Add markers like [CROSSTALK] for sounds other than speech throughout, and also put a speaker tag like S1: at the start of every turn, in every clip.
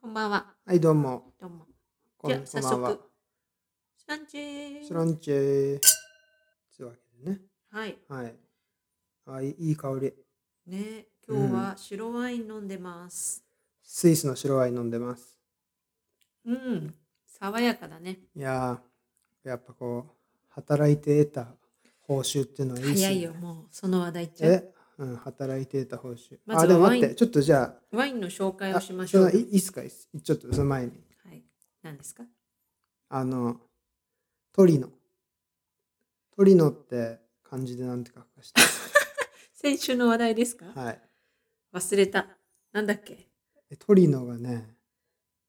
S1: こんばんは。
S2: はい、どうも。
S1: どうも。
S2: こん
S1: じゃあ、
S2: こ
S1: 早
S2: んばんは
S1: 速。。スランチェー
S2: スランチェー。つうわけでね。
S1: はい。
S2: はい。あ、いいいい香り。
S1: ね、今日は白ワイン飲んでます。
S2: スイスの白ワイン飲んでます。
S1: うん。爽やかだね。
S2: いやー、やっぱこう、働いて得た報酬っていうのはいいですね。
S1: 早いよ、もう。その話題いっちゃう。
S2: え、うん、働いて得た報酬。
S1: まずは
S2: あ、でも待
S1: ワ
S2: っ
S1: イ
S2: て、ちょっとじゃ
S1: ワインの紹
S2: あ、
S1: 介を
S2: あ
S1: しましょう。
S2: そのいいいっすか、いいっすちょっとその前に。
S1: はい。何ですか
S2: あの、トリノ。トリノって漢字でなんて書くか知って
S1: 先週の話題ですか、
S2: るはい。
S1: 忘れた。なんだっけ
S2: えトリノがね、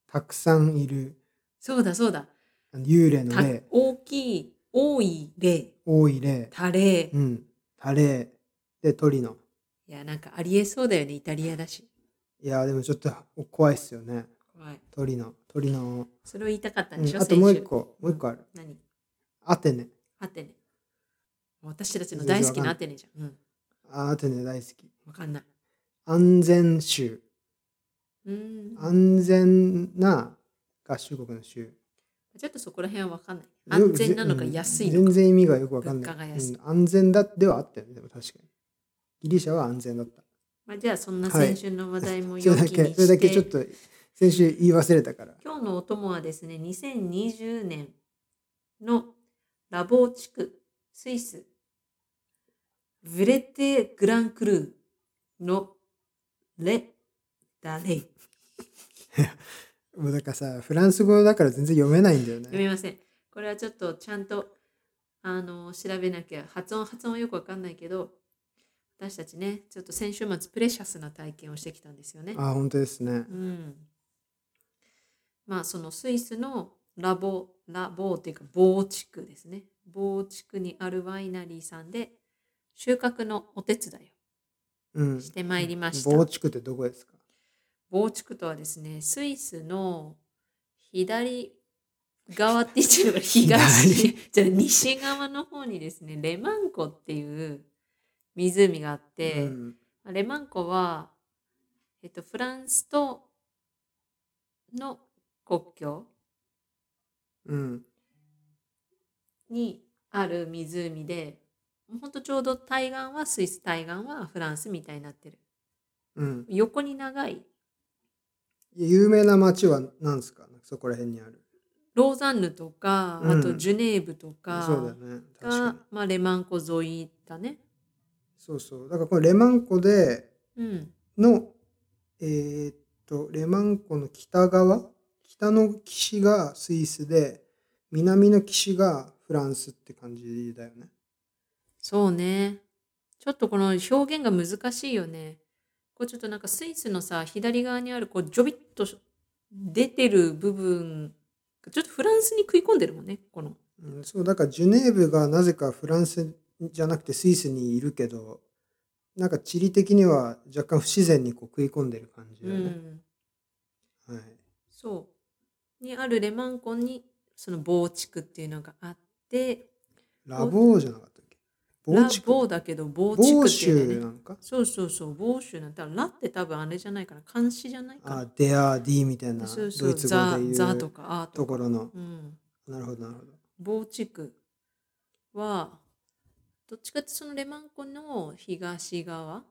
S2: たくさんいる。
S1: そうだそうだ。
S2: あの幽霊の
S1: た
S2: 霊、
S1: 大きい、多い例、
S2: 多い霊、
S1: タレ。い
S2: うん、タレでトリノ。
S1: や、なんかありえそうだよね、イタリアだし。
S2: いやーでもちょっと怖いっすよね。
S1: 怖い。
S2: トリノ、トリノ。
S1: それを言いたかったん
S2: う
S1: でしょ、
S2: ん、あともう一個、もう一個ある。
S1: 先週。何
S2: アテネ。
S1: アテネ。私たちの大好きなアテネじゃん。うん。
S2: あーアテネ大好き。
S1: わかんない。
S2: 安全州。
S1: うーん。
S2: 安全な合衆国の州。
S1: ちょっとそこら辺はわかんない。
S2: よ
S1: 安全なのか
S2: うん
S1: 安いの
S2: 全
S1: か。
S2: 然意味がよくわかんな
S1: 物
S2: い。
S1: 価が安い
S2: うん安全だではあったよね、でも確かに。ギリシャは安全だった。
S1: まあ、じゃあそんな
S2: はい
S1: 先週の話題も
S2: そ
S1: 良
S2: れ
S1: き
S2: だ
S1: にして、
S2: け、それだけちょっと先週言い忘れたから。
S1: 今日のお供はですね、2020年のラボー地区、スイス、ヴレテ・グランクルーのレ・ダレイ。
S2: もうだからさ、フランス語だから全然読めないんだよ
S1: 読
S2: ね。
S1: みません。これはちょっとちゃんとあの調べなきゃ発音発音よくわかんないけど私たちねちょっと先週末プレシャスな体験をしてきたんですよね。
S2: あ、本当ですね
S1: う。ん、まあそのスイスのラボラボーっていうかボー地区ですね。ボー地区にあるワイナリーさんで収穫のお手伝い
S2: うん
S1: を。してまいりました。
S2: 防地区ってどこですか
S1: ボー地区とはですねスイスの左側って言っちゃうから東
S2: 左
S1: [LAUGHS] じゃあ西側の方にですねレマンコっていう湖があって、
S2: うん
S1: レマンコは、えっと、フランスとの国境
S2: うん。
S1: にある湖でほんとちょうど対岸はスイス対岸はフランスみたいになってる
S2: うん。
S1: 横に長い
S2: 有名な町は何ですかそこら辺にある。
S1: ローザンヌとかあ
S2: う
S1: と
S2: ん
S1: ジュネーブとか、
S2: そうだよね。確か
S1: が
S2: に。、
S1: まあ、レマン湖沿いだね。
S2: そうそう。だからこのレマン湖で
S1: うん。
S2: の、えーっと、レマン湖の北側北の岸がスイスで、南の岸がフランスって感じだよね。
S1: そうね。ちょっとこの表現が難しいよね。こうちょっとなんかスイスのさ、左側にあるこうジョビッと出てる部分、ちょっとフランスに食い込んでるもんね、この。
S2: うん、そうだからジュネーブがなぜかフランスじゃなくてスイスにいるけどなんか地理的には若干不自然にこう食い込んでる感じ
S1: う
S2: だよね、
S1: ん。
S2: はい、
S1: そう。にあるレマン湖に、その棒地区っていうのがあって、
S2: ラボーじゃなかったっけ
S1: ラ
S2: 地区
S1: ボーだけど棒地
S2: ボ
S1: 区ってい
S2: ー
S1: う
S2: 州
S1: ね。
S2: なのか
S1: そうそうそう、棒州なんて、ラって多分あれじゃないから、監視じゃないか
S2: あ
S1: な。
S2: デアーディーみたいな
S1: そ
S2: ド
S1: う
S2: イツ
S1: そ
S2: 語
S1: う、ザ
S2: で、言
S1: ザと
S2: う
S1: か、アと
S2: と
S1: か。
S2: ころの
S1: うん。
S2: なるほどなるほど
S1: 某地区はどっちかってそのレマン湖の東側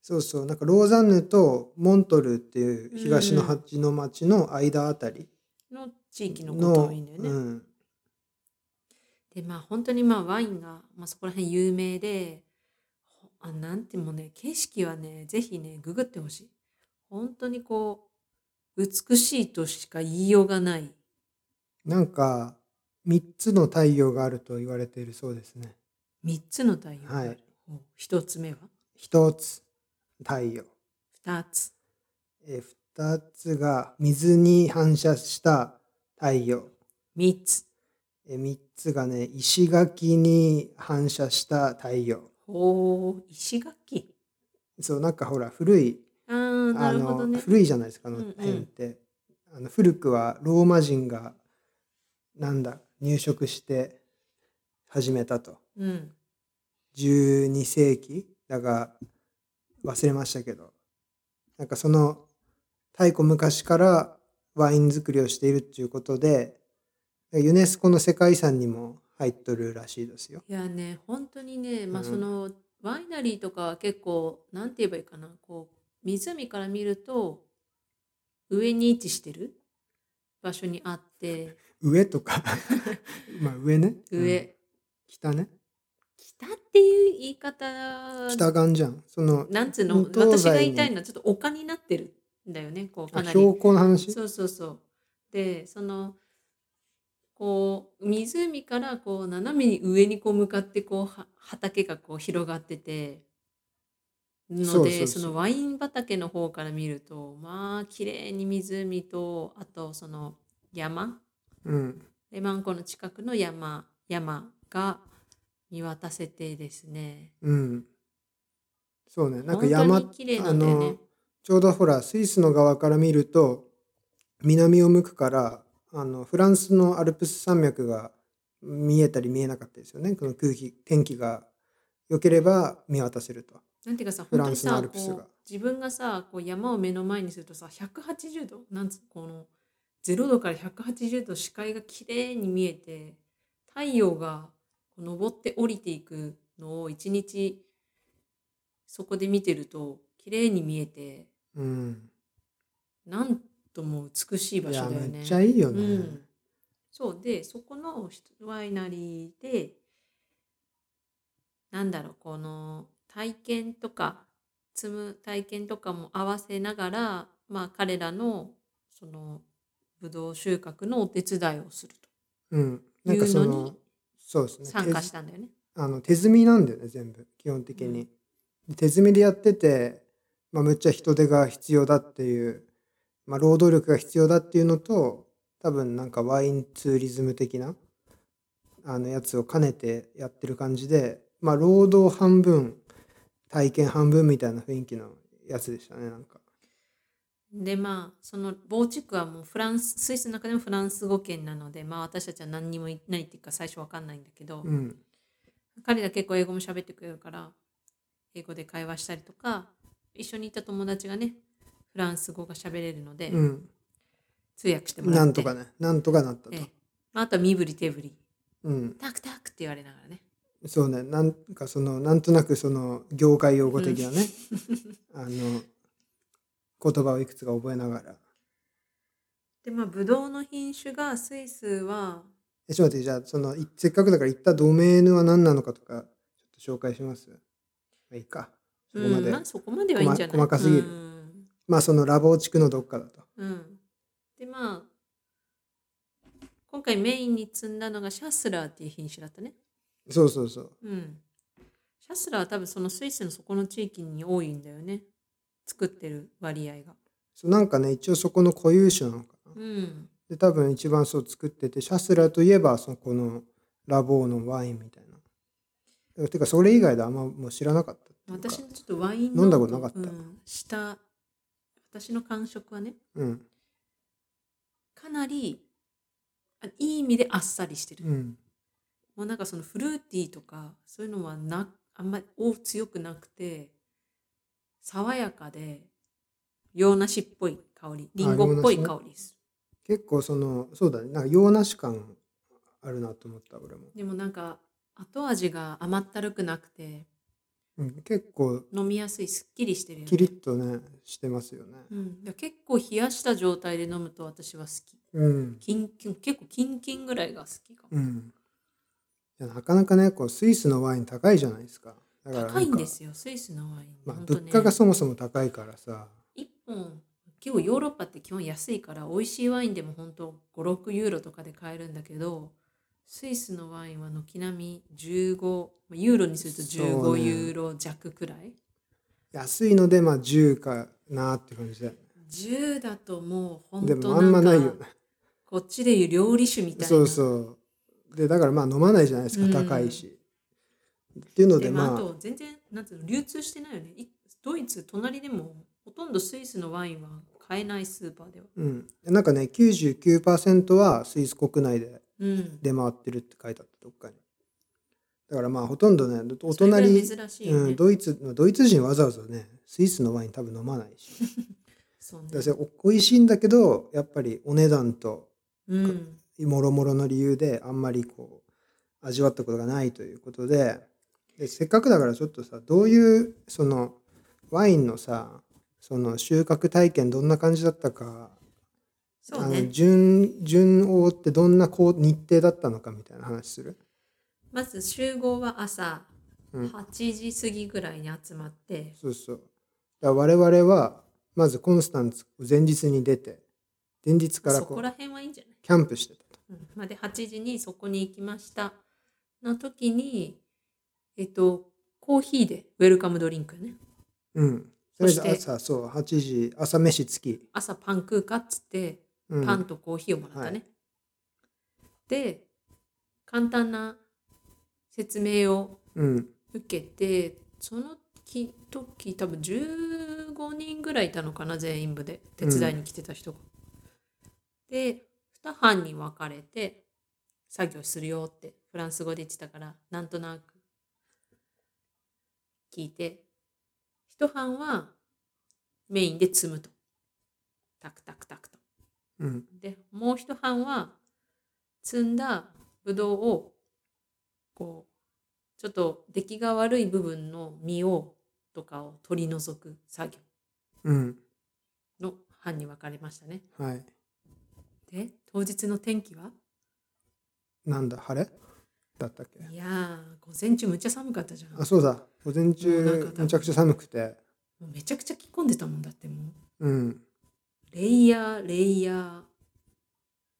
S2: そうそうなんかローザンヌとモントルっていう東の端の町の間あたり
S1: の地域のこ
S2: の
S1: とを言うんだよね。
S2: うん
S1: でまあ本当にまあワインが、まあ、そこら辺有名でほあなんてもうね景色はねぜひねググってほしい。本当にこう美しいとしか言いようがない。
S2: なんか3つの太陽があると言われているそうですね
S1: 3つの太陽がある。
S2: はい
S1: ほう1つ目は
S2: 一つ太陽、
S1: 2つ。
S2: えー二つが水に反射した太陽、
S1: 3つ。
S2: えー三つがね石垣に反射した太陽
S1: ほう石垣。
S2: そうなんかほら古い、
S1: あーな
S2: あ
S1: るほ
S2: の
S1: どね。
S2: 古いじゃないですかあの
S1: うんうん
S2: 辺って、あの古くはローマ人がなんだ入植して始めたと
S1: うん。
S2: 12世紀だが忘れましたけどなんかその太古昔からワイン作りをしているっていうことで、ユネスコの世界遺産にも入っとるらしいですよ。
S1: いやね、本当にね、まあ、
S2: うん
S1: そのワイナリーとかは結構、なんて言えばいいかな、こう、湖から見ると、上に位置してる場所にあって、
S2: 上と
S1: [LAUGHS]
S2: か、まあ上ね。
S1: 上、
S2: [LAUGHS] うん北ね。
S1: 北っていう言い方、
S2: 北岸じゃん。その、
S1: なんつうの、
S2: 東西に
S1: 私が言いたいのはちょっと丘になってるんだよね、こう、
S2: あ
S1: かなり。
S2: 標高の話
S1: そうそうそう。で、その、こう、湖からこう、斜めに上にこう向かって、こうは、畑がこう広がってて、ので、
S2: そ
S1: そう
S2: そうそう
S1: のワイン畑の方から見ると、まあ、綺麗に湖と、あとその山、
S2: うん。
S1: レマン湖の近くの山、山が見渡せてですね。
S2: うん。そうね。なんか
S1: 本
S2: 山
S1: 当に綺麗なんだよ
S2: あ
S1: ね
S2: の。ちょうどほらスイスの側から見ると南を向くからあのフランスのアルプス山脈が見えたり見えなかったですよねこの空気天気が良ければ見渡せると
S1: なんていうかさ、
S2: フ
S1: 本
S2: ラ
S1: 当
S2: ン
S1: に
S2: スの
S1: さ、
S2: アルプスが
S1: こう自分がさ、こう山を目の前にするとさ、180度、なんつこの、0度から180度視界が綺麗に見えて、太陽がこう昇って降りていくのを一日、そこで見てると、綺麗に見えて、
S2: うん
S1: なんとも美しい場
S2: い
S1: 所
S2: や
S1: だよね。
S2: めっちゃいいよね、
S1: うん、そうでそこのワイナリーでなんだろうこの体験とか積む体験とかも合わせながら、まあ、彼らのそのブドウ収穫のお手伝いをする
S2: うん、なんかそ
S1: いうの
S2: の
S1: に
S2: そうです
S1: と
S2: ね
S1: 参加したんだよね。
S2: あの手摘みなんだよね全部基本的に、手摘みでやってて、まあ、むっちゃ人手が必要だっていう、まあ、労働力が必要だっていうのと多分なんかワインツーリズム的なあのやつを兼ねてやってる感じで、まあ、労働半分体験半分みたいな雰囲気のやつでしたねなんか
S1: でまあその防地区はもうフランススイスの中でもフランス語圏なのでまあ私たちは何にもいないっていうか最初わかんないんだけど、
S2: うん
S1: 彼ら結構英語も喋ってくれるから英語で会話したりとか一緒にいた友達がねフランス語が喋れるので、
S2: うん
S1: 通訳してもらって
S2: なんとかねなんとかなったと
S1: ええまあ、あとは身振り手振り
S2: うん
S1: タクタクって言われながらね
S2: そうねなんかそのなんとなくその業界用語的なね、あの言葉をいくつか覚えながら。
S1: でまあブドウの品種がスイスは
S2: えちょっと待ってじゃあそのいせっかくだから行ったドメーヌは何なのかとかちょっと紹介します。まあいいか。そこま
S1: う
S2: で。
S1: んまあ、そこまではいいんじゃない
S2: 細細かすぎる
S1: うん
S2: まあそのラボ地区のどっかだと。
S1: うんでまあ今回メインに積んだのがシャスラーっていう品種だったね
S2: そうそうそう。
S1: うん。シャスラーは多分そのスイスのそこの地域に多いんだよね。作ってる割合が。
S2: そうなんかね一応そこの固有種なのかな。
S1: うん。
S2: で多分一番そう作っててシャスラといえばそこのラボのワインみたいな。てかそれ以外であんまもう知らなかったっていうか
S1: 私のちょっとワイン
S2: 飲んだことなかった
S1: うん、した、私の感触はね、
S2: うん。
S1: かなり、あいい意味であっさりしてる。
S2: うん。
S1: もうなんかそのフルーティーとか、そういうのはな、あんまりお強くなくて、爽やかで、洋梨っぽい香り、リンゴっぽい
S2: 洋梨ね
S1: 香りです。
S2: 結構そのそうだねなんか洋梨感あるなと思った俺も。
S1: でもなんか、後味が甘ったるくなくて、
S2: うん、結構
S1: 飲みやすいすっきりしてるよね
S2: キリッとねしてますよね。
S1: うん、だから結構冷やした状態で飲むと私は好き
S2: うん。
S1: キンキン結構キンキンぐらいが好きかも、
S2: うん。いやなかなかねこうスイスのワイン高いじゃないですか。だからなんか
S1: 高いんですよスイスのワイン、
S2: まあ、
S1: ほんと
S2: 物価がそもそも高いからさ。
S1: 一本結構ヨーロッパって基本安いから美味しいワインでも本当56ユーロとかで買えるんだけどスイスのワインは軒並み15まあユーロにすると
S2: そう
S1: 15
S2: ね
S1: ユーロ弱くらい、
S2: 安いのでまあ10かなって感じだよね。
S1: 10だともう本
S2: で
S1: 当
S2: もあんまないよ
S1: んか
S2: ね。
S1: こっちでいう料理酒みたいな
S2: そうそう。でだからまあ飲まないじゃないですか、
S1: うん
S2: 高いし。っていうの
S1: で
S2: で
S1: もあ
S2: まあ
S1: と全然なんていうの流通してないよねいドイツ隣でもほとんどスイスのワインは買えないスーパーでは
S2: うん、なんかね99%はスイス国内で
S1: うん
S2: 出回ってるって書いてあったどっかに。だからまあほとんどねお
S1: それぐらい
S2: 隣
S1: 珍しいよね、
S2: うん、ドイツドイツ人わざわざねスイスのワイン多分飲まないし
S1: そうね
S2: だからそれお美味しいんだけどやっぱりお値段と
S1: うん
S2: もろもろの理由であんまりこう味わったことがないということででせっかくだからちょっとさどういうそのワインのさその収穫体験どんな感じだったか、
S1: そ
S2: あ
S1: う
S2: の
S1: ね
S2: 順順応ってどんなこう日程だったのかみたいな話する
S1: まず集合は朝
S2: うん
S1: 8時過ぎぐらいに集まって、
S2: そうそうだから我々はまずコンスタンツ前日に出て前日から
S1: そこ
S2: こう
S1: ら辺はいいんじゃない
S2: キャンプしてたと
S1: うんまあで8時にそこに行きましたの時にえっとコーヒーでウェルカムドリンクね
S2: うん
S1: そ
S2: とり
S1: して
S2: あえず朝そう8時朝飯付き、
S1: 朝パン食うかっつって
S2: うん、
S1: パンとコーヒーをもらったね、
S2: はい
S1: で簡単な説明を
S2: うん
S1: 受けてその時時多分15人ぐらいいたのかな全員部で手伝いに来てた人が。で2班に分かれて作業するよってフランス語で言ってたからなんとなく聞いて1班はメインで積むとタクタクタクと。
S2: うん
S1: でもう一班は積んだブドウをこうちょっと出来が悪い部分の実をとかを取り除く作業
S2: うん。
S1: の班に分かれましたね。
S2: はい。
S1: で当日の天気は
S2: なんだ、晴れだったっけ
S1: いやー午前中むっちゃ寒かったじゃん。
S2: あ、そうだ。午前
S1: もうなんか多、分
S2: 中めちゃくちゃ寒くて。
S1: もうめちゃくちゃ着込んでたもんだっても
S2: うん。
S1: うレイヤーレイヤ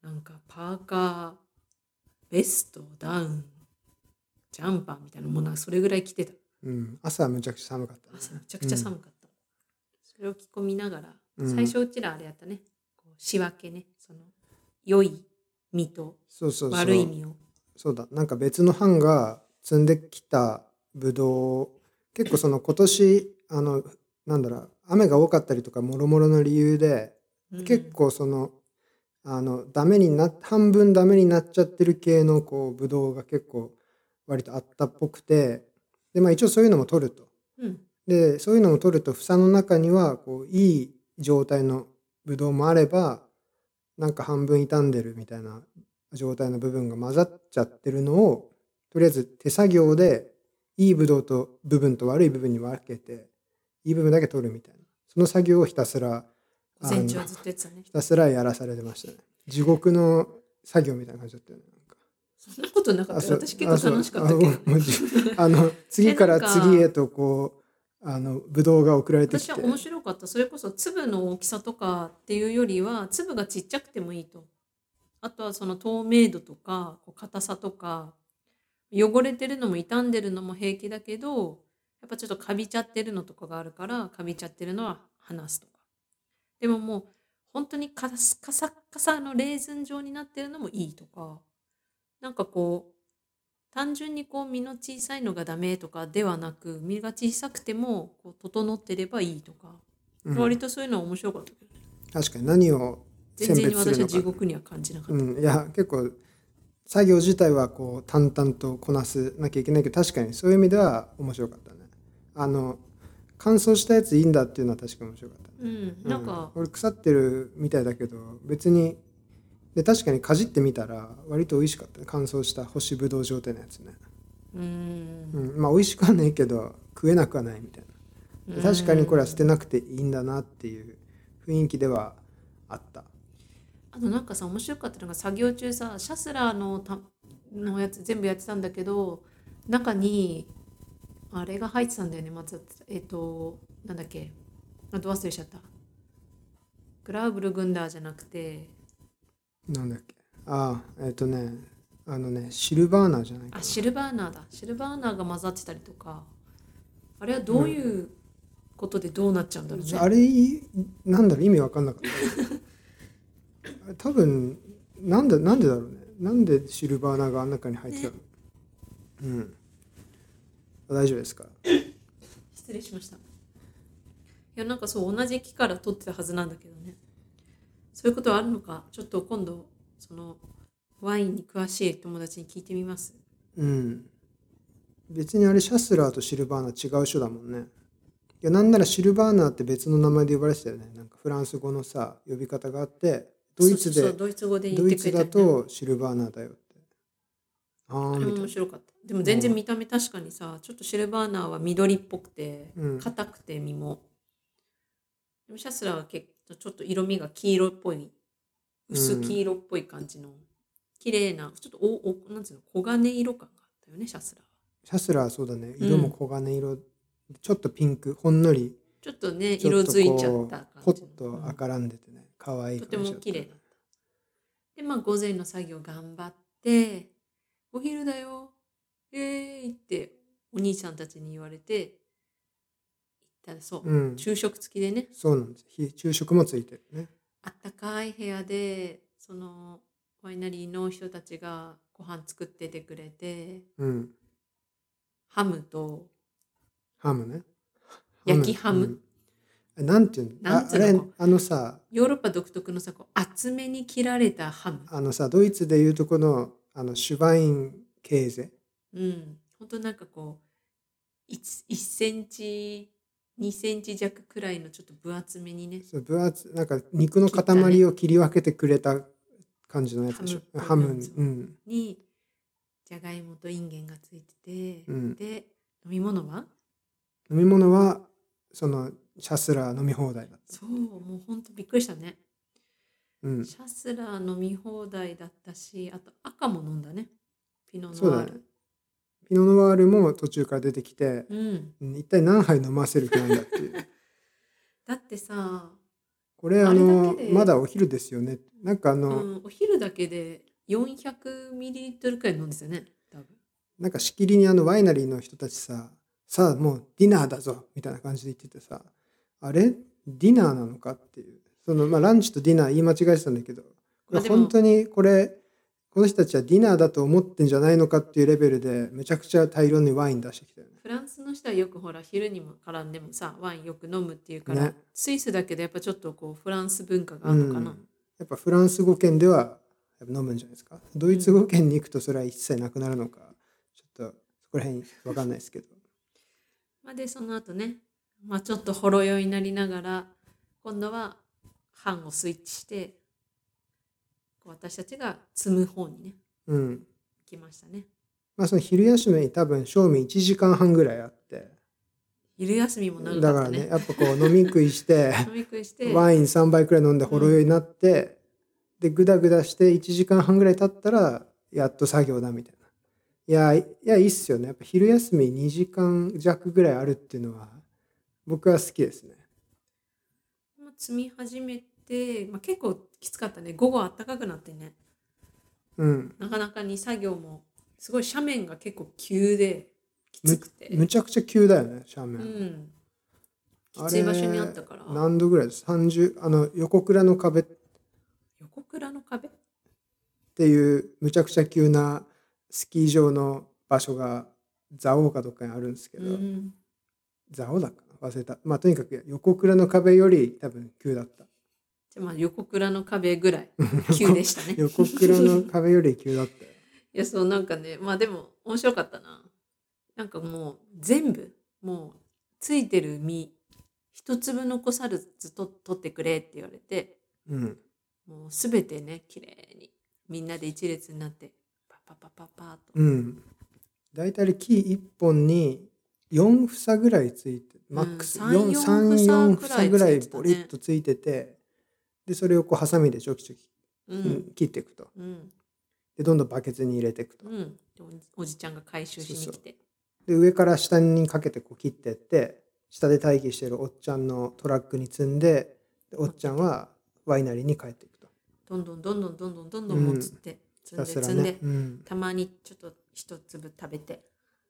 S1: ーなんかパーカーベストダウンジャンパーみたいなものはそれぐらい着てた。
S2: うん。朝はめちゃくちゃ寒かったね。
S1: 朝めちゃくちゃ寒かった、それを着込みながら、
S2: うん
S1: 最初うちらあれやったねこう仕分けねその良い実と
S2: そうそうそう。
S1: 悪い実を
S2: そうだ。なんか別の班が積んできたブドウ結構その今年、あの、なんだろう、雨が多かったりとか、もろもろの理由で、
S1: うん
S2: 結構その、あの、ダメにな、半分ダメになっちゃってる系の、こう、ブドウが結構、割とあったっぽくて、で、まあ一応そういうのも取ると。
S1: うん
S2: でそういうのを取ると房の中にはこういい状態のブドウもあればなんか半分傷んでるみたいな状態の部分が混ざっちゃってるのをとりあえず手作業でいいブドウと部分と悪い部分に分けていい部分だけ取るみたいなその作業をひたすら
S1: 午
S2: あの
S1: 前中は
S2: ひ
S1: ずっとやってたね
S2: たすらやらされてましたね地獄の作業みたいな感じだったよねなんか
S1: そんなことなか
S2: あ
S1: った
S2: そう
S1: よ私結構楽しかったけ
S2: あそうあもうもう
S1: どね
S2: [LAUGHS] あの次から
S1: なんか
S2: 次へとこうあのブドウが送られてき
S1: 私
S2: て
S1: は面白かったそれこそ粒の大きさとかっていうよりは粒がちっちゃくてもいいとあとはその透明度とかこう硬さとか汚れてるのも傷んでるのも平気だけどやっぱちょっとカビちゃってるのとかがあるからカビちゃってるのは離すとかでももう本当にカスカサッカサのレーズン状になってるのもいいとかなんかこう単純にこう身の小さいのがダメとかではなく身が小さくてもこう整ってればいいとか、
S2: うん
S1: 割とそういうのは面白かったけど
S2: 確かに何を選
S1: 全然
S2: 別する
S1: 私は
S2: の
S1: 地
S2: か、
S1: 獄には感じなかった、
S2: うん、いや結構作業自体はこう淡々とこなすなきゃいけないけど確かにそういう意味では面白かったねあの乾燥したやついいんだっていうのは確かに面白かったね、
S1: うんなんか、
S2: うん、俺腐ってるみたいだけど別にで確かにかじってみたら割と美味しかったね乾燥した干しぶどう状態のやつね、
S1: うー
S2: うんん、まあ美味しくはないけど食えなくはないみたいなで確かにこれは捨てなくていいんだなっていう雰囲気ではあった
S1: あとなんかさ面白かったのが作業中さシャスラーのたのやつ全部やってたんだけど中にあれが入ってたんだよね松田えっ、となんだっけあと忘れちゃったグラウブルグンダーじゃなくて
S2: なんだっけああえっ、とねあのねシルバーナじゃないか
S1: あシルバーナーだシルバーナーが混ざってたりとかあれはどういうことでどうなっちゃうんだろうね、
S2: なあれなんだろう意味わかんなか
S1: [LAUGHS]
S2: った多分なんだなんでだろうねなんでシルバーナがあん中に入ってたの、うん大丈夫ですか
S1: 失礼しましたいやなんかそう同じ木から取ってたはずなんだけどねそういうことはあるのかちょっと今度そのワインに詳しい友達に聞いてみます
S2: うん別にあれシャスラーとシルバーナ違う種だもんねやなんならシルバーナーって別の名前で呼ばれてたよねなんかフランス語のさ呼び方があってドイ
S1: そ
S2: ツ
S1: うそうそう
S2: で
S1: ドイツ語で言
S2: ド
S1: っ
S2: イ
S1: てく
S2: ツ
S1: れた
S2: だ
S1: りね
S2: とシルバーナーだよってああ
S1: あ
S2: み
S1: れ
S2: たい
S1: も
S2: な
S1: 面白かったでも全然見た目確かにさちょっとシルバーナーは緑っぽくて
S2: うん
S1: 硬くて身も、でもシャスラーは結構ちょっと色味が黄色っぽい薄黄色っぽい感じの綺麗なちょっとおおなんていうの黄金色感があったよねシャスラーは
S2: シャスラーそうだね
S1: うん
S2: 色も黄金色、ちょっとピンクほんのり
S1: ちょっとね
S2: ちょ
S1: 色
S2: っと
S1: づいちゃった
S2: こう
S1: 感
S2: ほっ
S1: じの
S2: と
S1: うん
S2: 赤らんでてね可愛い
S1: とて
S2: 感じ
S1: も
S2: だった
S1: 綺麗だった。で、まあ、午前の作業頑張って、お昼だよ、えーいって、お兄ちゃんたちに言われて、行ったらそう、
S2: うん
S1: 昼食付きでね、
S2: そうなんですひ昼食もついてるね
S1: あったかい部屋で、その、ワイナリーの人たちがご飯作っててくれて、
S2: うん
S1: ハムと、
S2: ハムね
S1: 焼きハム、
S2: うんなんていうの
S1: なん
S2: あ
S1: て
S2: あ
S1: いう
S2: れ
S1: のか
S2: あのさ
S1: ヨーロッパ独特のさ、こう厚めに切られたハム。
S2: あのさドイツでいうとこのあのシュバインケーゼ
S1: うん。本当なんかこう、1, 1センチ、2センチ弱くらいのちょっと分厚めにね、
S2: そう分厚なんか肉の塊を切り分けてくれた感じのやつでしょ
S1: ハ
S2: ハ
S1: ム
S2: ムにうん
S1: に、じゃがいもといんげんがついてて、
S2: うん
S1: で、飲み物は
S2: 飲み物はそのシャスラー飲み放題だった
S1: そう、もう本当びっくりしたね。
S2: うん
S1: シャスラー飲み放題だったし、あと赤も飲んだね。ピノノ
S2: そう
S1: ワ
S2: だ
S1: ー
S2: ね
S1: ル。
S2: ピノノワールも途中から出てきて、
S1: うん。
S2: うん一体何杯飲ませる気なんだっていう
S1: [LAUGHS] だってさ、
S2: これ
S1: あ
S2: あ
S1: れだけ
S2: の
S1: で
S2: まだお昼ですよねなんかあ
S1: う
S2: の、
S1: ん、お昼だけで400ミリリットルくらい飲んですよね、多分。
S2: なんかしきりにあのワイナリーの人たちささあもうディナーだぞみたいな感じで言っててさあれディナーなのかっていうそのまあランチとディナー言い間違えてたんだけどこ
S1: まあ
S2: れ
S1: でも
S2: 本当にこれこの人たちはディナーだと思ってんじゃないのかっていうレベルでめちゃくちゃ大量にワイン出してきたよね
S1: フランスの人はよくほら昼にも絡んでもさワインよく飲むっていうから、
S2: ね
S1: スイスだけどやっぱちょっとこうフランス文化があるのかな、
S2: うんやっぱフランス語圏ではやっぱ飲むんじゃないですかドイツ語圏に行くとそれは一切なくなるのかちょっとそこら辺わかんないですけど
S1: まあ、でその後ね、まあ、ちょっとほろ酔いになりながら今度は班をスイッチしてこう私たちが積む方にね
S2: うん
S1: 行きましたね
S2: まあその昼休みに多分正味1時間半ぐらいあって
S1: 昼休みも長
S2: だ
S1: か
S2: か
S1: った
S2: ら
S1: ね
S2: ねやっぱこう飲み食いして
S1: 飲み食いして
S2: ワイン3杯くらい飲んでほろ酔いになって、でグダグダして1時間半ぐらい経ったらやっと作業だみたいないやいやいいっすよねやっぱ昼休み2時間弱ぐらいあるっていうのは僕は好きですね
S1: まあ積み始めて、まあ、結構きつかったね午後あったかくなってね
S2: うん
S1: なかなかに作業もすごい斜面が結構急できつくて
S2: むちゃくちゃ急だよね
S1: う
S2: 斜面、
S1: ん、き
S2: あ
S1: つ
S2: れ
S1: い場所にあったから
S2: 何度ぐらいです30あの横倉の壁
S1: 横倉の壁
S2: っていうむちゃくちゃ急なスキー場の場所が蔵王かどっかにあるんですけ
S1: う
S2: ど、
S1: ん
S2: 蔵王だっかな忘れたまあとにかく横倉の壁より多分急だった
S1: じゃあまあ横倉の壁ぐら
S2: [LAUGHS]
S1: い急でしたね
S2: 横倉の
S1: い
S2: 壁より急だったよ
S1: やそうなんかねまあでも面白かったななんかもう全部もうついてる実一粒残さずと取ってくれって言われて
S2: うん
S1: もうすべてね綺麗にみんなで一列になってパパパパパーっと
S2: うん大体木1本に4房ぐらいついてマックス
S1: うん
S2: 34
S1: 3-4
S2: 房ぐらい
S1: ついてたね
S2: ボリッとついててでそれをこうハサミでちょきちょき
S1: う
S2: うん
S1: ん
S2: 切っていくと
S1: うん
S2: でどんどんバケツに入れていくと
S1: うんでおじおじちゃんが回収しに
S2: そう
S1: 来
S2: そう
S1: て
S2: で上から下にかけてこう切ってって下で待機してるおっちゃんのトラックに積んででおっちゃんはワイナリーに帰っていくと
S1: どんどんどんどんどんどんどんどんもうつって、
S2: ひ
S1: 積ん
S2: た
S1: です
S2: ら
S1: 積んで
S2: ね、うん、
S1: たまにちょっと一粒食べて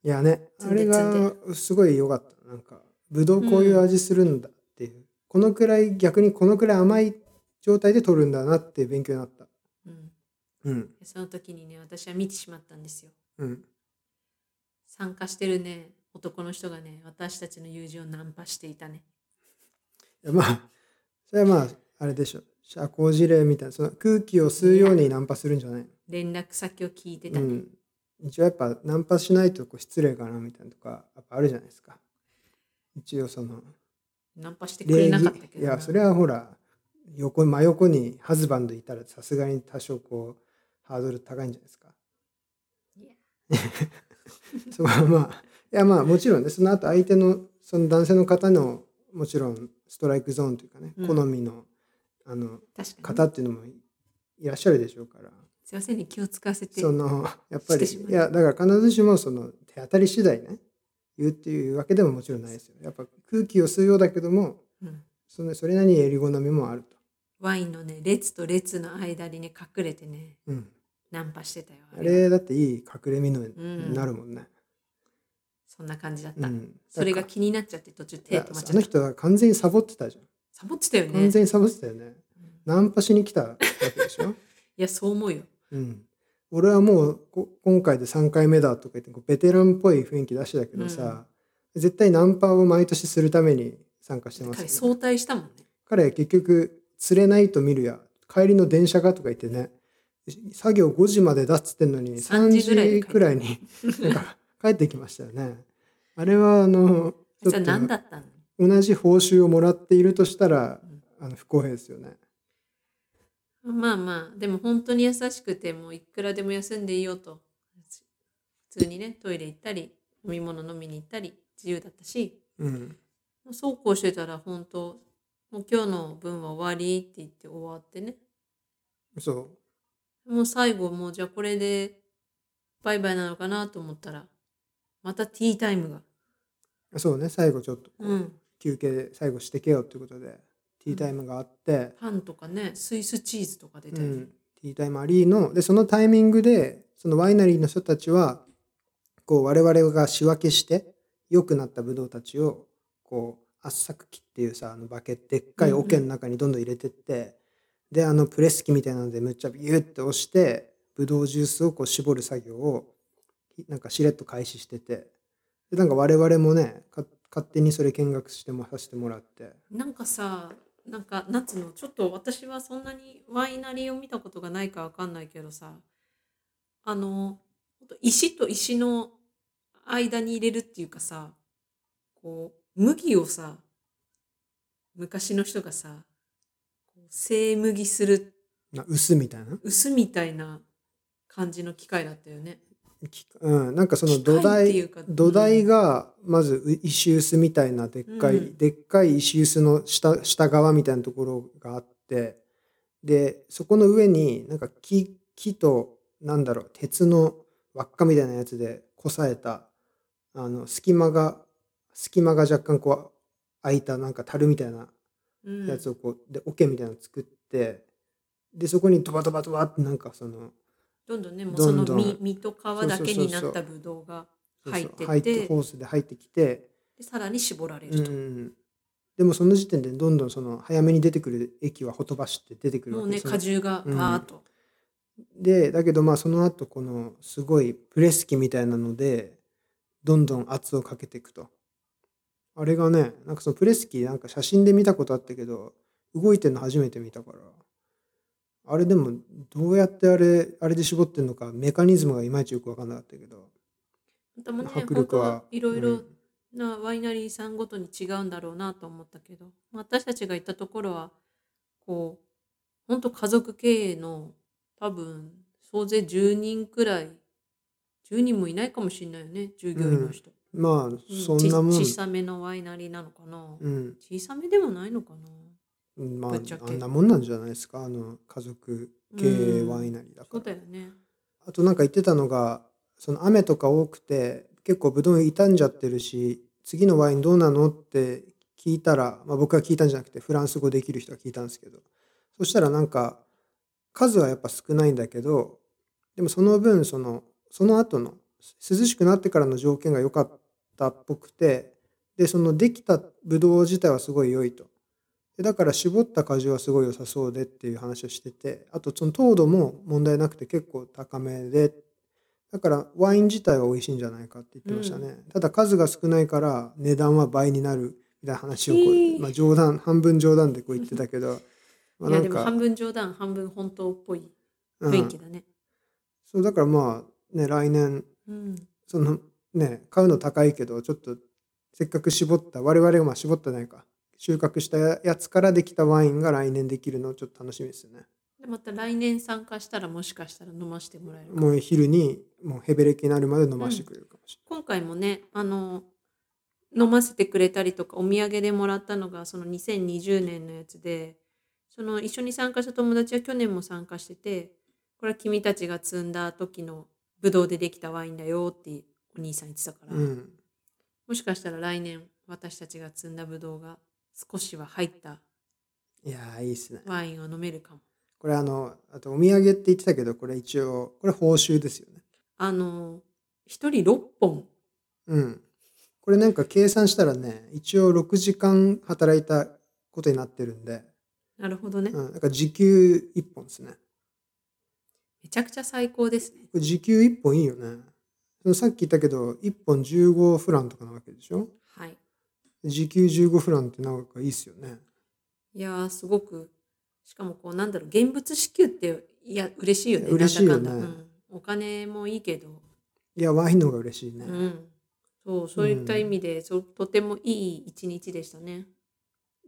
S2: いやね
S1: 積
S2: あ
S1: んで
S2: れがすごい良かったなんかぶどうこういう味するんだっていう、このくらい逆にこのくらい甘い状態で取るんだなって勉強になった
S1: うん
S2: うん
S1: その時にね私は見てしまったんですよ
S2: うん
S1: 参加してるね男の人がね私たちの友人をナンパしていたね
S2: いやまあそれはまああれでしょ社交辞令みたいなその空気を吸うようにナンパするんじゃないの
S1: 連絡先を聞いて
S2: う
S1: たね、
S2: ん、一応やっぱナンパしないとこう失礼かなみたいなとかやっぱあるじゃないですか一応その
S1: ナンパしてくれ
S2: 礼
S1: な
S2: 儀
S1: かったけど
S2: いやそ
S1: は
S2: れはほら横真横にハズバンドいたらさすがに多少こうハードル高いんじゃないですか
S1: いや
S2: [LAUGHS] そこはまあいやまあもちろんねその後相手のその男性の方のもちろんストライクゾーンというかね、
S1: うん
S2: 好みのあの
S1: 確かに
S2: 方っていうのもいらっしゃるでしょうから、
S1: すいませんね気を使わせて
S2: そのやっ
S1: し
S2: ぱ
S1: て
S2: り
S1: しまう
S2: いやだから必ずしもその手当たり次第ね言うっていうわけでももちろんないですよやっぱ空気を吸うようだけども
S1: うん
S2: そのそれなりに襟好みもあると、
S1: ワインのね列と列の間にね隠れてね
S2: うん、
S1: ナンパしてたよ
S2: あ
S1: は
S2: れだっていい隠れ身のになるもんね、
S1: そんな感じだっ
S2: うん
S1: た、それが
S2: だか
S1: 気になっちゃって途中
S2: ら
S1: 手
S2: いや
S1: 止まっ
S2: あ
S1: ちゃ
S2: の
S1: った
S2: 人は完全にサボってたじゃ
S1: サボってたよ
S2: ん、
S1: ね
S2: 完全にサボってたよね
S1: うん
S2: ナンパしに来たわけでしょ、 [LAUGHS]
S1: いやそう思うよ
S2: うん、俺はもうこ今回で3回目だとか言ってこうベテランっぽい雰囲気出してたけどさ、絶対ナンパを毎年するために参加してます
S1: 彼
S2: よね
S1: 早退したもんね
S2: 彼結局釣れないと見るや帰りの電車かとか言ってね作業5時までだっつってんのに
S1: 3
S2: 3
S1: 時ぐらいで帰
S2: 時
S1: って
S2: くらいになんか帰ってきましたよねあれはあの
S1: あいつは何だったの
S2: 同じ報酬をもらっているとしたら
S1: うん
S2: あの不公平ですよね
S1: まあまあでも本当に優しくてもういくらでも休んでいいよと普通にねトイレ行ったり飲み物飲みに行ったり自由だったし
S2: うん
S1: そうこうしてたら本当もう今日の分は終わりって言って終わってね
S2: そ
S1: もう最後もうじゃあこれでバイバイなのかなと思ったらまたティータイムが
S2: うそうね最後ちょっとこう
S1: うん
S2: 休憩最後してけよってことでティータイムがあって、
S1: パンとかねスイスチーズとか出
S2: う
S1: たり、
S2: ん、ティータイムアリーのでそのタイミングでそのワイナリーの人たちはこう我々が仕分けして良くなったブドウたちをこう圧搾機っていうさあのバケットでっかい桶の中にどんどん入れてって、であのプレス機みたいなのでむっちゃビューって押してブドウジュースをこう絞る作業をなんかしれっと開始しててでなんか我々もねか勝手にそれ見学してもさせてもらって
S1: なんかさなんか夏のちょっと私はそんなにワイナリーを見たことがないかわかんないけどさあのほんと石と石の間に入れるっていうかさこう麦をさ昔の人がさこう精麦する
S2: な薄みたいな
S1: 薄みたいな感じの機械だったよね。
S2: きうん、なんかその
S1: 機械
S2: 土
S1: っていう
S2: 台
S1: か
S2: 土台がまずう石臼みたいなでっかい、
S1: うん
S2: でっかい石臼の下下側みたいなところがあってでそこの上になんか木木となんだろう鉄の輪っかみたいなやつでこさえたあの隙間が隙間が若干こう開いたなんか樽みたいな
S1: うん、
S2: やつをこうで桶みたいなの作ってでそこにドバドバドバってなんかその。
S1: どんどんねもうそ
S2: ど
S1: の
S2: んどん
S1: 実実と皮だけにな
S2: そうそうそう
S1: っ
S2: そ
S1: た
S2: う
S1: ぶどうが
S2: そうそう
S1: 入って
S2: 入
S1: っ
S2: っててホースで入ってきて
S1: でさらに絞られ
S2: う
S1: ると。
S2: ん、でもその時点でどんどんその早めに出てくる駅はほとばしって出てくる
S1: も
S2: わ
S1: う
S2: け
S1: ね
S2: ですよ
S1: 果汁がバーっと、
S2: でだけどまあその後このすごいプレス機みたいなのでどんどん圧をかけていくとあれがねなんかそのプレス機なんか写真で見たことあったけど動いてるの初めて見たからあれでもどうやってあれあれで絞ってんのかメカニズムがいまいちよく分かんなかったけど
S1: あん、たもね
S2: 迫力
S1: 本
S2: は
S1: 当いろいうろ
S2: ん
S1: なワイナリーさんごとに違うんだろうなと思ったけど、まあ私たちが行ったところはこう本当家族経営の多分総勢10人くらい10人もいないかもしれないよね従業員の人、
S2: まあ
S1: うん
S2: そんなもん、
S1: ち小さめのワイナリーなのかな、
S2: うん、
S1: 小さめでもないのかな
S2: まあ、
S1: ぶっちゃけ
S2: あんなもんなんじゃないですかあの家族経営ワイナリーだ
S1: そ
S2: か
S1: うだ
S2: ら、
S1: よね
S2: あとなんか言ってたのがその雨とか多くて結構ブドウ傷んじゃってるし次のワインどうなのって聞いたら、まあ、僕が聞いたんじゃなくてフランス語できる人が聞いたんですけどそしたらなんか数はやっぱ少ないんだけどでもその分そのその後の涼しくなってからの条件が良かったっぽくてでそのできたブドウ自体はすごい良いとでだから絞った果汁はすごい良さそうでっていう話をしててあとその糖度も問題なくて結構高めでだからワイン自体は美味しいんじゃないかって言ってましたね、ただ数が少ないから値段は倍になるみたいな話をこう、
S1: へー
S2: まあ、冗談半分冗談でこう言ってたけどまあ
S1: いや
S2: な
S1: で
S2: ん
S1: も
S2: か
S1: 半分冗談半分本当っぽい
S2: うん
S1: 雰囲気だね、
S2: そうだからまあね来年
S1: うん
S2: そのね買うの高いけどちょっとせっかく絞った我々がまあ絞ったじゃないか収穫したやつからできたワインが来年できるのをちょっと楽しみですよね
S1: でまた来年参加したらもしかしたら飲ませてもらえるかも
S2: もう昼にもうヘベレキになるまで飲ましてくれるかもし
S1: 今回もねあの飲ませてくれたりとかお土産でもらったのがその2020年のやつでその一緒に参加した友達は去年も参加しててこれは君たちが摘んだ時のブドウでできたワインだよってお兄さん言ってたから、
S2: れない、うん、
S1: もしかしたら来年私たちが摘んだブドウが少しは入った
S2: いやーいいっすね
S1: ワインが飲めるかも。
S2: これあのあとお土産って言ってたけどこれ一応これ報酬ですよね
S1: あの一人6本
S2: うんこれなんか計算したらね一応6時間働いたことになってるんで、
S1: なるほどね、
S2: うん、なんか時給1本ですね
S1: めちゃくちゃ最高ですね
S2: これ時給1本いいよねそのさっき言ったけど1本15フランとかなわけでしょ
S1: はい
S2: 時給15フランってなんかいいっすよね
S1: いやーすごくしかもこうなんだろう現物支給っていや嬉しいよね
S2: 嬉しいよ
S1: な
S2: ね
S1: んだかんだうん、お金もいいけど、
S2: いやワインの方が嬉しいね、
S1: うん、そうそういった意味で、そうとてもいい一日でしたね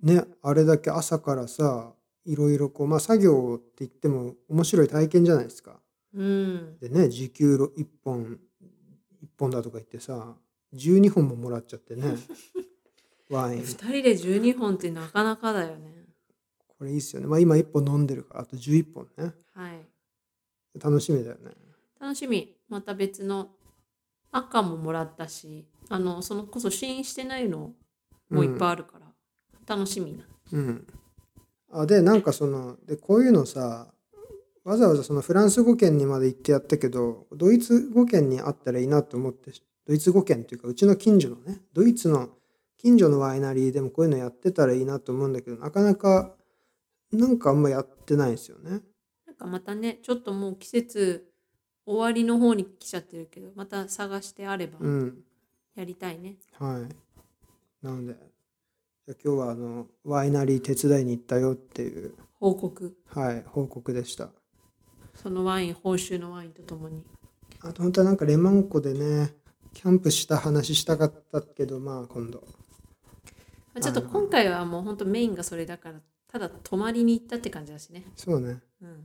S2: ねあれだけ朝からさいろいろこうまあ作業って言っても面白い体験じゃないですか
S1: うん
S2: でね時給1本1本だとか言ってさ12本ももらっちゃっ
S1: [LAUGHS]
S2: てねワイン
S1: 2人で12本ってなかなかだよね
S2: これいいっすよねまあ今1本飲んでるからあと11本ね
S1: はい
S2: 楽しみだよね
S1: 楽しみまた別の赤ももらったしあのそのこそ試飲してないのもいっぱいあるから、楽しみな
S2: うん、あでなんかそのでこういうのさわざわざそのフランス語圏にまで行ってやったけどドイツ語圏にあったらいいなと思ってドイツ語圏というかうちの近所のねドイツの近所のワイナリーでもこういうのやってたらいいなと思うんだけどなかなかなんかあんまやってないんですよね。
S1: なんかまたねちょっともう季節終わりの方に来ちゃってるけどまた探してあれば
S2: うん
S1: やりたいね、
S2: はい、なのでじゃあ今日はあのワイナリー手伝いに行ったよっていう、
S1: 報告
S2: はい、報告でした。
S1: そのワイン報酬のワインとともに
S2: あと本当はなんかレマン湖でねキャンプした話したかったけどまあ今度
S1: まあちょっと今回はもうほんとメインがそれだからただ泊まりに行ったって感じだしね、
S2: そうね
S1: うん、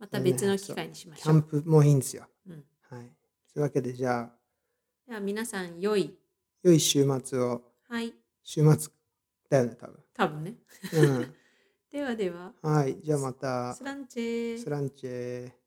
S1: また別の機会にしまし
S2: キ
S1: ょ
S2: ャ
S1: う、
S2: ンプもいいんですよ
S1: うん、
S2: はいというわけでじゃあ
S1: では皆さん良い
S2: 良い週末を
S1: はい
S2: 週末だよね多
S1: 多分ね
S2: 分、
S1: ではでは
S2: うん、はいじゃあまた
S1: スランチェ
S2: スランチェ